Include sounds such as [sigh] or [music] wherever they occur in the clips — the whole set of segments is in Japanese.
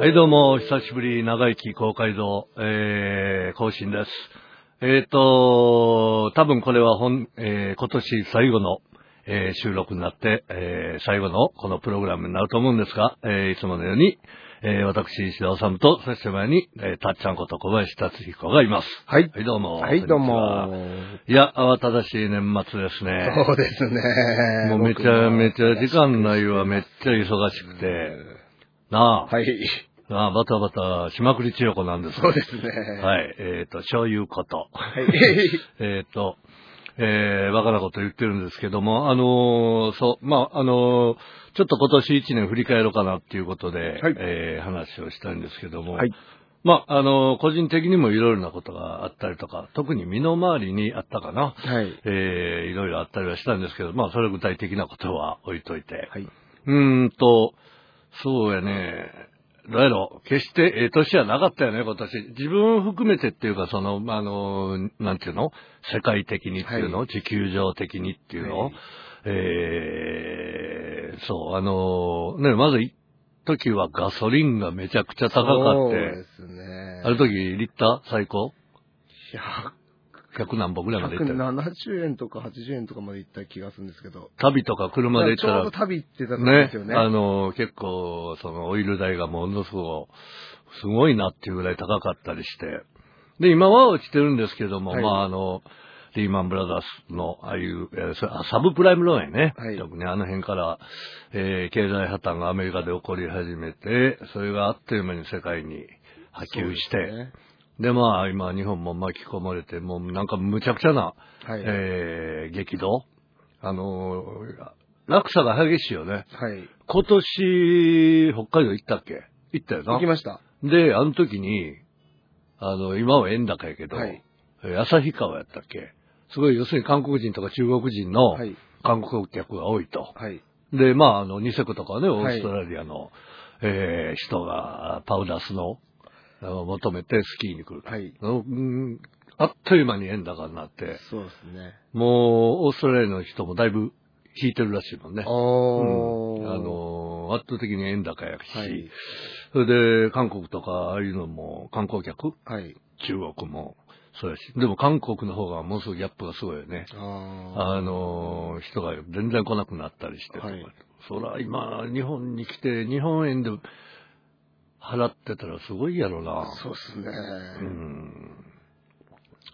はい、どうも、久しぶり、長生き公開堂、えー、更新です。えっ、ー、と、多分これは本、えー、今年最後の、えー、収録になって、えー、最後のこのプログラムになると思うんですが、えー、いつものように、えー、私、石田治と、そして前に、えー、たっちゃんこと小林達彦がいます。はい。はい、どうも。はい、どこうんにも。ちは。いや、慌ただしい年末ですね。そうですね。もうめちゃめちゃ時間内はめっちゃ忙しくて、なあ、はい。なあバタバタしまくり千代子なんです。そうですすね。い。はい、えっ、と、そういうこと。はい。 [laughs] えっ、と、えー、バカなこと言ってるんですけども、あのーそう、まあ、あのーちょっと今年一年振り返ろうかなっていうことで、はいえー話をしたいんですけども、はいまあ、あのー個人的にもいろいろなことがあったりとか、特に身の回りにあったかな、はい。えーいろいろあったりはしたんですけど、まあ、それは具体的なことは置いといて。はい。うーんと、そうやね。どうやろ決して、ええ年はなかったよね、今年。自分を含めてっていうか、その、まああの、なんていうの世界的にっていうの、は地球上的にっていうの、はいえーそう、あの、ね、まず一時はガソリンがめちゃくちゃ高かっそうでて、すね。あの時リッター最高100 ?100 何本ぐらいまでいったよ170円とか80円とかまで行った気がするんですけど。旅とか車で行っちたょらうど、旅行ってたんでねすよね。あの、結構、その、オイル代がものすごい、すごいなっていうぐらい高かったりして。で、今は落ちてるんですけども、はいまあ、あの、リーマンブラザースの、ああいう、えーそれあサブプライムローンやね。はい特にあの辺から、えー経済破綻がアメリカで起こり始めて、それがあっという間に世界に波そう及ですして、でねまあ、今、日本も巻き込まれて、もうなんかむちゃくちゃな、はい。えー激動。あのー落差が激しいよね。はい。今年、北海道行ったっけ行ったよ行きな。ました。で、あの時に、あの、今は円高やけど、はい。え旭川やったっけすごい、要するに韓国人とか中国人のはい。韓国客が多いと。はい。で、まあ、あの、ニセコとかね、オはーいストラリアの、えー人がパウダースノーを求めてスキーに来ると。はい。うんあっという間に円高になって、そうですね。もう、オーストラリアの人もだいぶ引いてるらしいもんね。おうんあ、の、圧倒的に円高やし、はい。それで韓国とかああいうのも観光客、はい。中国もそうやし、でも韓国の方がものすごいギャップがすごいよね。ああの、人が全然来なくなったりしてとか、はいそら今、日本に来て、日本円で払ってたらすごいやろなあ。。そうですね。うん。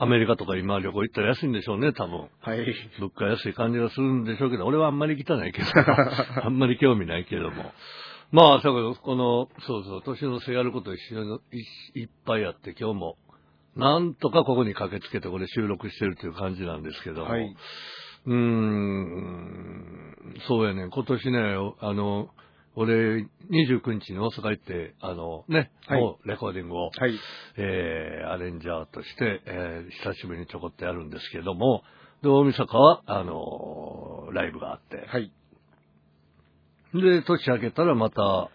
アメリカとか今旅行行ったら安いんでしょうね、多分。はい。物価安い感じがするんでしょうけど、俺はあんまり汚い [laughs] けど、あんまり興味ないけれども。まあ、そうかこの、そうそう、年のせやること一緒のいいっぱいあって、今日も、なんとかここに駆けつけて、これ収録してるという感じなんですけども、はい。うーん、そうやねん、今年ね、あの、俺、29日に大阪行って、あのね、はいもうレコーディングを、はい。えーアレンジャーとして、えー久しぶりにちょこっとやるんですけども、で、大晦日は、あのーライブがあって、はい。で、年明けたらまた、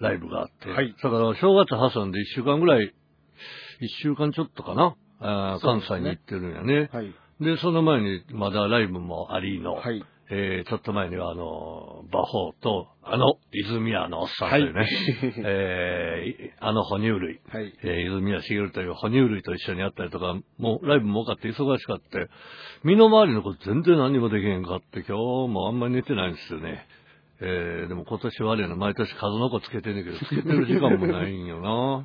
ライブがあって、はいだから、正月挟んで1週間ぐらい、1週間ちょっとかな、あーそ関うですね西に行ってるんやね。はい。で、その前に、まだライブもありの、 [laughs] はい。えーちょっと前には、あのー、バホーと、あの、泉谷のおっさんというね、はい [laughs] えーあの哺乳類、はい。えー、泉谷茂という哺乳類と一緒にやったりとか、もうライブも多かって忙しかって、身の回りのこと全然何もできへんかって、今日もあんまり寝てないんですよね。えー、でも今年はあれやな、毎年数の子つけてんねんけど、つけてる時間もないんよな。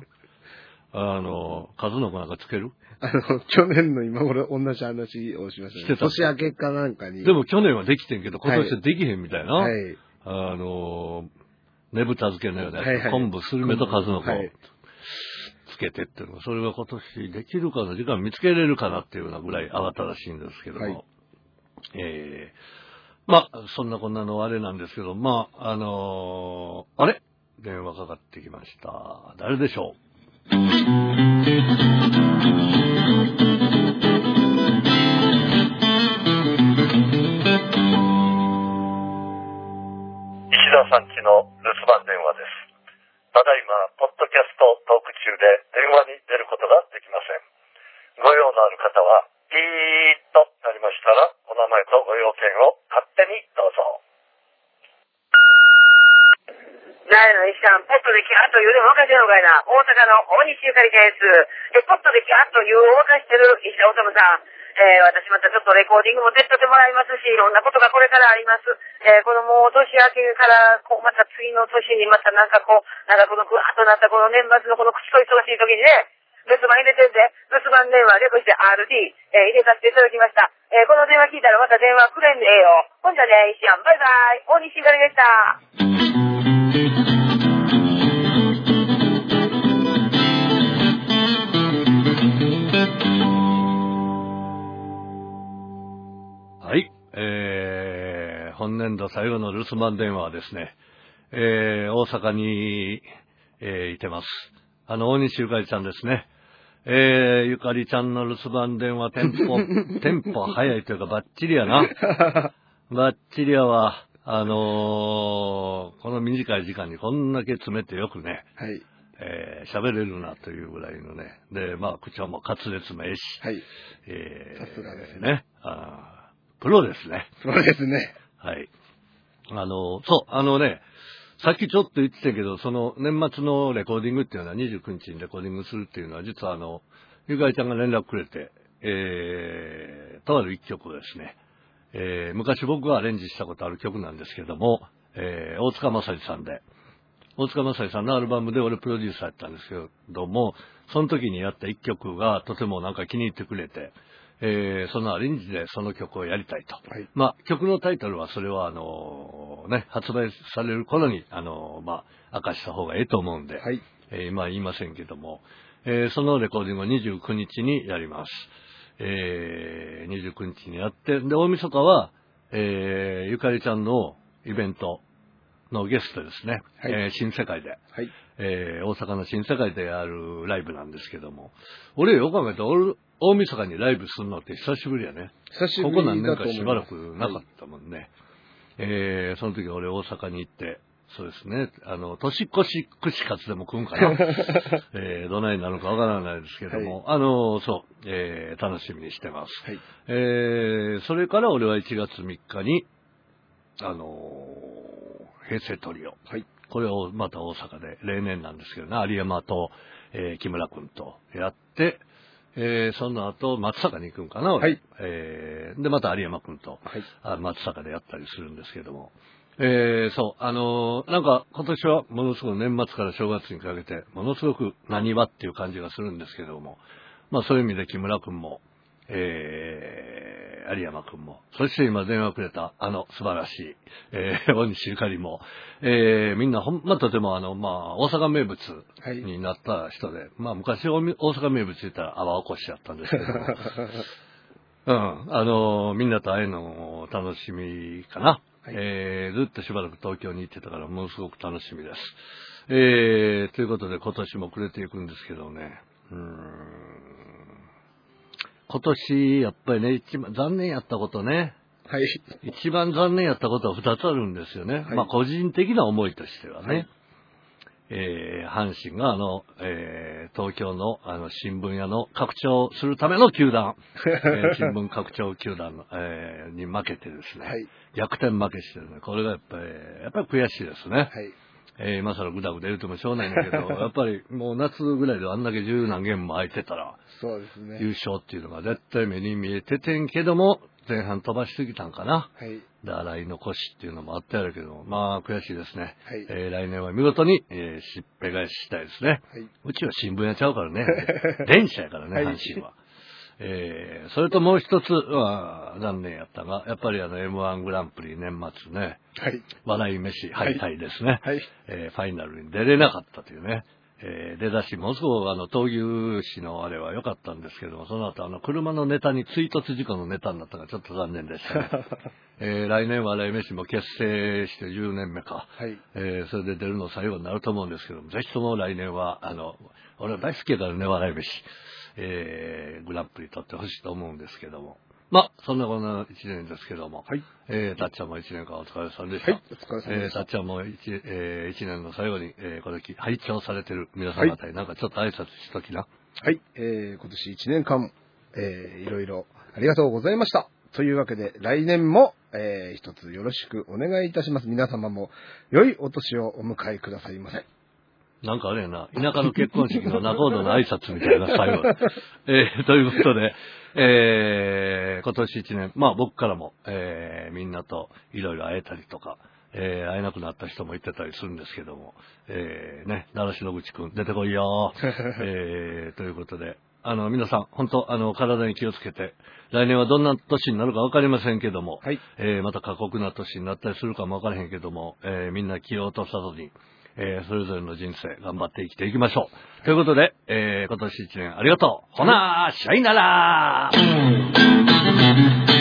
あの、数の子なんかつけるあの、去年の今頃同じ話をしましたしてね。た年明けかなんかに。で、も去年はできてんけど、今年はできへんみたいな。はい。あの、ねぶた漬けのようなやつ、はいはい昆布、スルメと数の子はいつけてっていうのが、それが今年できるかな、時間見つけれるかなっていうようなぐらい慌ただしいんですけども、はいえー、まあ、そんなこんなのあれなんですけど、まあ、あのーあれ電話かかってきました。誰でしょ石田さんちの留守番電話です。ただいま、ポッドキャストトーク中で電話に出ることができません。ご用のある方は、ピーッとなりましたら、お名前とご用件を勝手にどうぞ。ないの、石ちゃん、ポットでキャーと言うでもおかしいのかいな。大阪の大西ゆかりです。で、ポットでキャーと言うおかしてる石田治さん。えー、私またちょっとレコーディングも手伝ってもらいますし、いろんなことがこれからあります。えー、このもう年明けから、こう、また次の年にまたなんかこう、なんかこのぐわーっとなったこの年末のこの口と忙しい時にね、留守番入れてんで、留守番電話略して RD、えー入れさせていただきました。えーこの電話聞いたらまた電話くれんでええよ。ほんじゃね、石やん、バイバイ。大西ゆかりでした。はい。えー、本年度最後の留守番電話はですね、えー、大阪に、えーいてます。あの、大西ゆかりちゃんですね。えー、ゆかりちゃんの留守番電話テンポ、 [laughs] テンポ早いというかバッチリやな。バッチリやわ。あのーこの短い時間にこんだけ詰めてよくね、はい。えー喋れるなというぐらいのね。で、まあ、口調も滑舌もええし、はい。えーさすがですね。あープロですね。そうですね。はい。あの、そう、あのね、さっきちょっと言ってたけど、その年末のレコーディングっていうのは29日にレコーディングするっていうのは、実はあの、ゆかりちゃんが連絡くれて、えー、とある一曲をですね、えー、昔僕がアレンジしたことある曲なんですけども、えー、大塚正治さんで、大塚正治さんのアルバムで俺プロデューサーやったんですけども、その時にやった一曲がとてもなんか気に入ってくれて、えー、そのアレンジでその曲をやりたいと。はい。まあ、曲のタイトルはそれは、あのね、発売される頃に、あのまあ、明かした方がいいと思うんで、はい。えー今は言いませんけども、えーそのレコーディングを29日にやります。えー29日にやって、で、大晦日は、えーゆかりちゃんのイベントのゲストですね、はいえー新世界で、はい。えー大阪の新世界でやるライブなんですけども、俺よく考えたら俺大晦日にライブするのって久しぶりやね。久しぶこりこだと思何年いますかしばらくなかったもんね。えー、その時俺大阪に行って、そうですね、あの、年越し串カツでも食うんか [laughs] な。えー、どないなのかわからないですけども、あの、そう、えー、楽しみにしてます。はい。えー、それから俺は1月3日に、あの平成トリオ。はい。これをまた大阪で、例年なんですけどね、有山と、えー木村くんとやって、えーその後、松阪に行くんかな、俺はいえーで、また有山くんと、はい。あ松阪でやったりするんですけども。えーそう、あのーなんか今年はものすごく年末から正月にかけて、ものすごく何はっていう感じがするんですけども、まあそういう意味で木村くんも、えー、有山くんも、そして今電話くれたあの素晴らしい、えー、大西ゆかりも、えーみんなほんまとてもあの、まあ大阪名物はい。 [laughs] になった人で、まあ昔大大阪名物言ったら泡起こしだったんですけども、うん。あのみんなと会えるのも楽しみかな。はいえー、ずっとしばらく東京に行ってたから、ものすごく楽しみです。えー、ということで今年も暮れていくんですけどね。うーん。今年、やっぱりね、一番残念やったことね。はい。一番残念やったことは二つあるんですよね。はいまあ、個人的な思いとしてはね。はいえー、阪神があの、えー、東京のあの新聞屋の拡張するための球 [laughs] 団、えー新聞拡張球団の、えーに負けてですね、はい。逆転負けしてるね、これがやっぱり、やっぱり悔しいですね。はい。えー、今更グダグダ言うてもしょうがないんだけ [laughs] ど、やっぱりもう夏ぐらいであんだけ十何ゲームも空いてたら、そうですね。優勝っていうのが絶対目に見えててんけども、前半飛ばしすぎたんかな。はい。で、洗い残しっていうのもあったやろうけど、まあ悔しいですね。はい。えー来年は見事に、えーしっぺ返ししたいですね。はい。うちは新聞屋ちゃうから [laughs] ね。電車やからね、はい阪神は。えー、それともう一つは残念やったが、やっぱりあの M1 グランプリ年末ね、はい。笑い飯敗退ですね。はい。えーファイナルに出れなかったというね。えー出だし、ものすごくあの、闘牛士のあれは良かったんですけども、その後あの、車のネタに追突事故のネタになったのがちょっと残念でした [laughs] ね。えー来年笑い飯も結成して10年目か。はい。えーそれで出るの最後になると思うんですけども、ぜひとも来年は、あの、俺は大好きだからね、笑い飯。えーグランプリ取ってほしいと思うんですけども。まあ、そんなこんな一年ですけども。はい。えー、たっちゃんも一年間お疲れさんでした。はい。お疲れ様えでー、したっちゃんも一、えー一年の最後に、えーこれき、拝聴されてる皆さん方に、なんかちょっと挨拶しときな。た。はい。えー、今年1年間、えー、いろいろありがとうございました。というわけで、来年も、えー、一つよろしくお願いいたします。皆様も、良いお年をお迎えくださいませ。なんかあれやな、田舎の結婚式の仲人の挨拶みたいな最後。 [laughs] えーということで、えー今年一年、まあ僕からも、えーみんなといろいろ会えたりとか、えー会えなくなった人も言ってたりするんですけども、えーね、奈良篠口くん、出てこいよー、えーということで、あの、皆さん、本当あの、体に気をつけて、来年はどんな年になるかわかりませんけども、はい。えーまた過酷な年になったりするかもわからへんけども、えーみんな気を落とさずに、えーそれぞれの人生頑張って生きていきましょう。ということで、えー今年一年ありがとう。ほなー、しゃいならー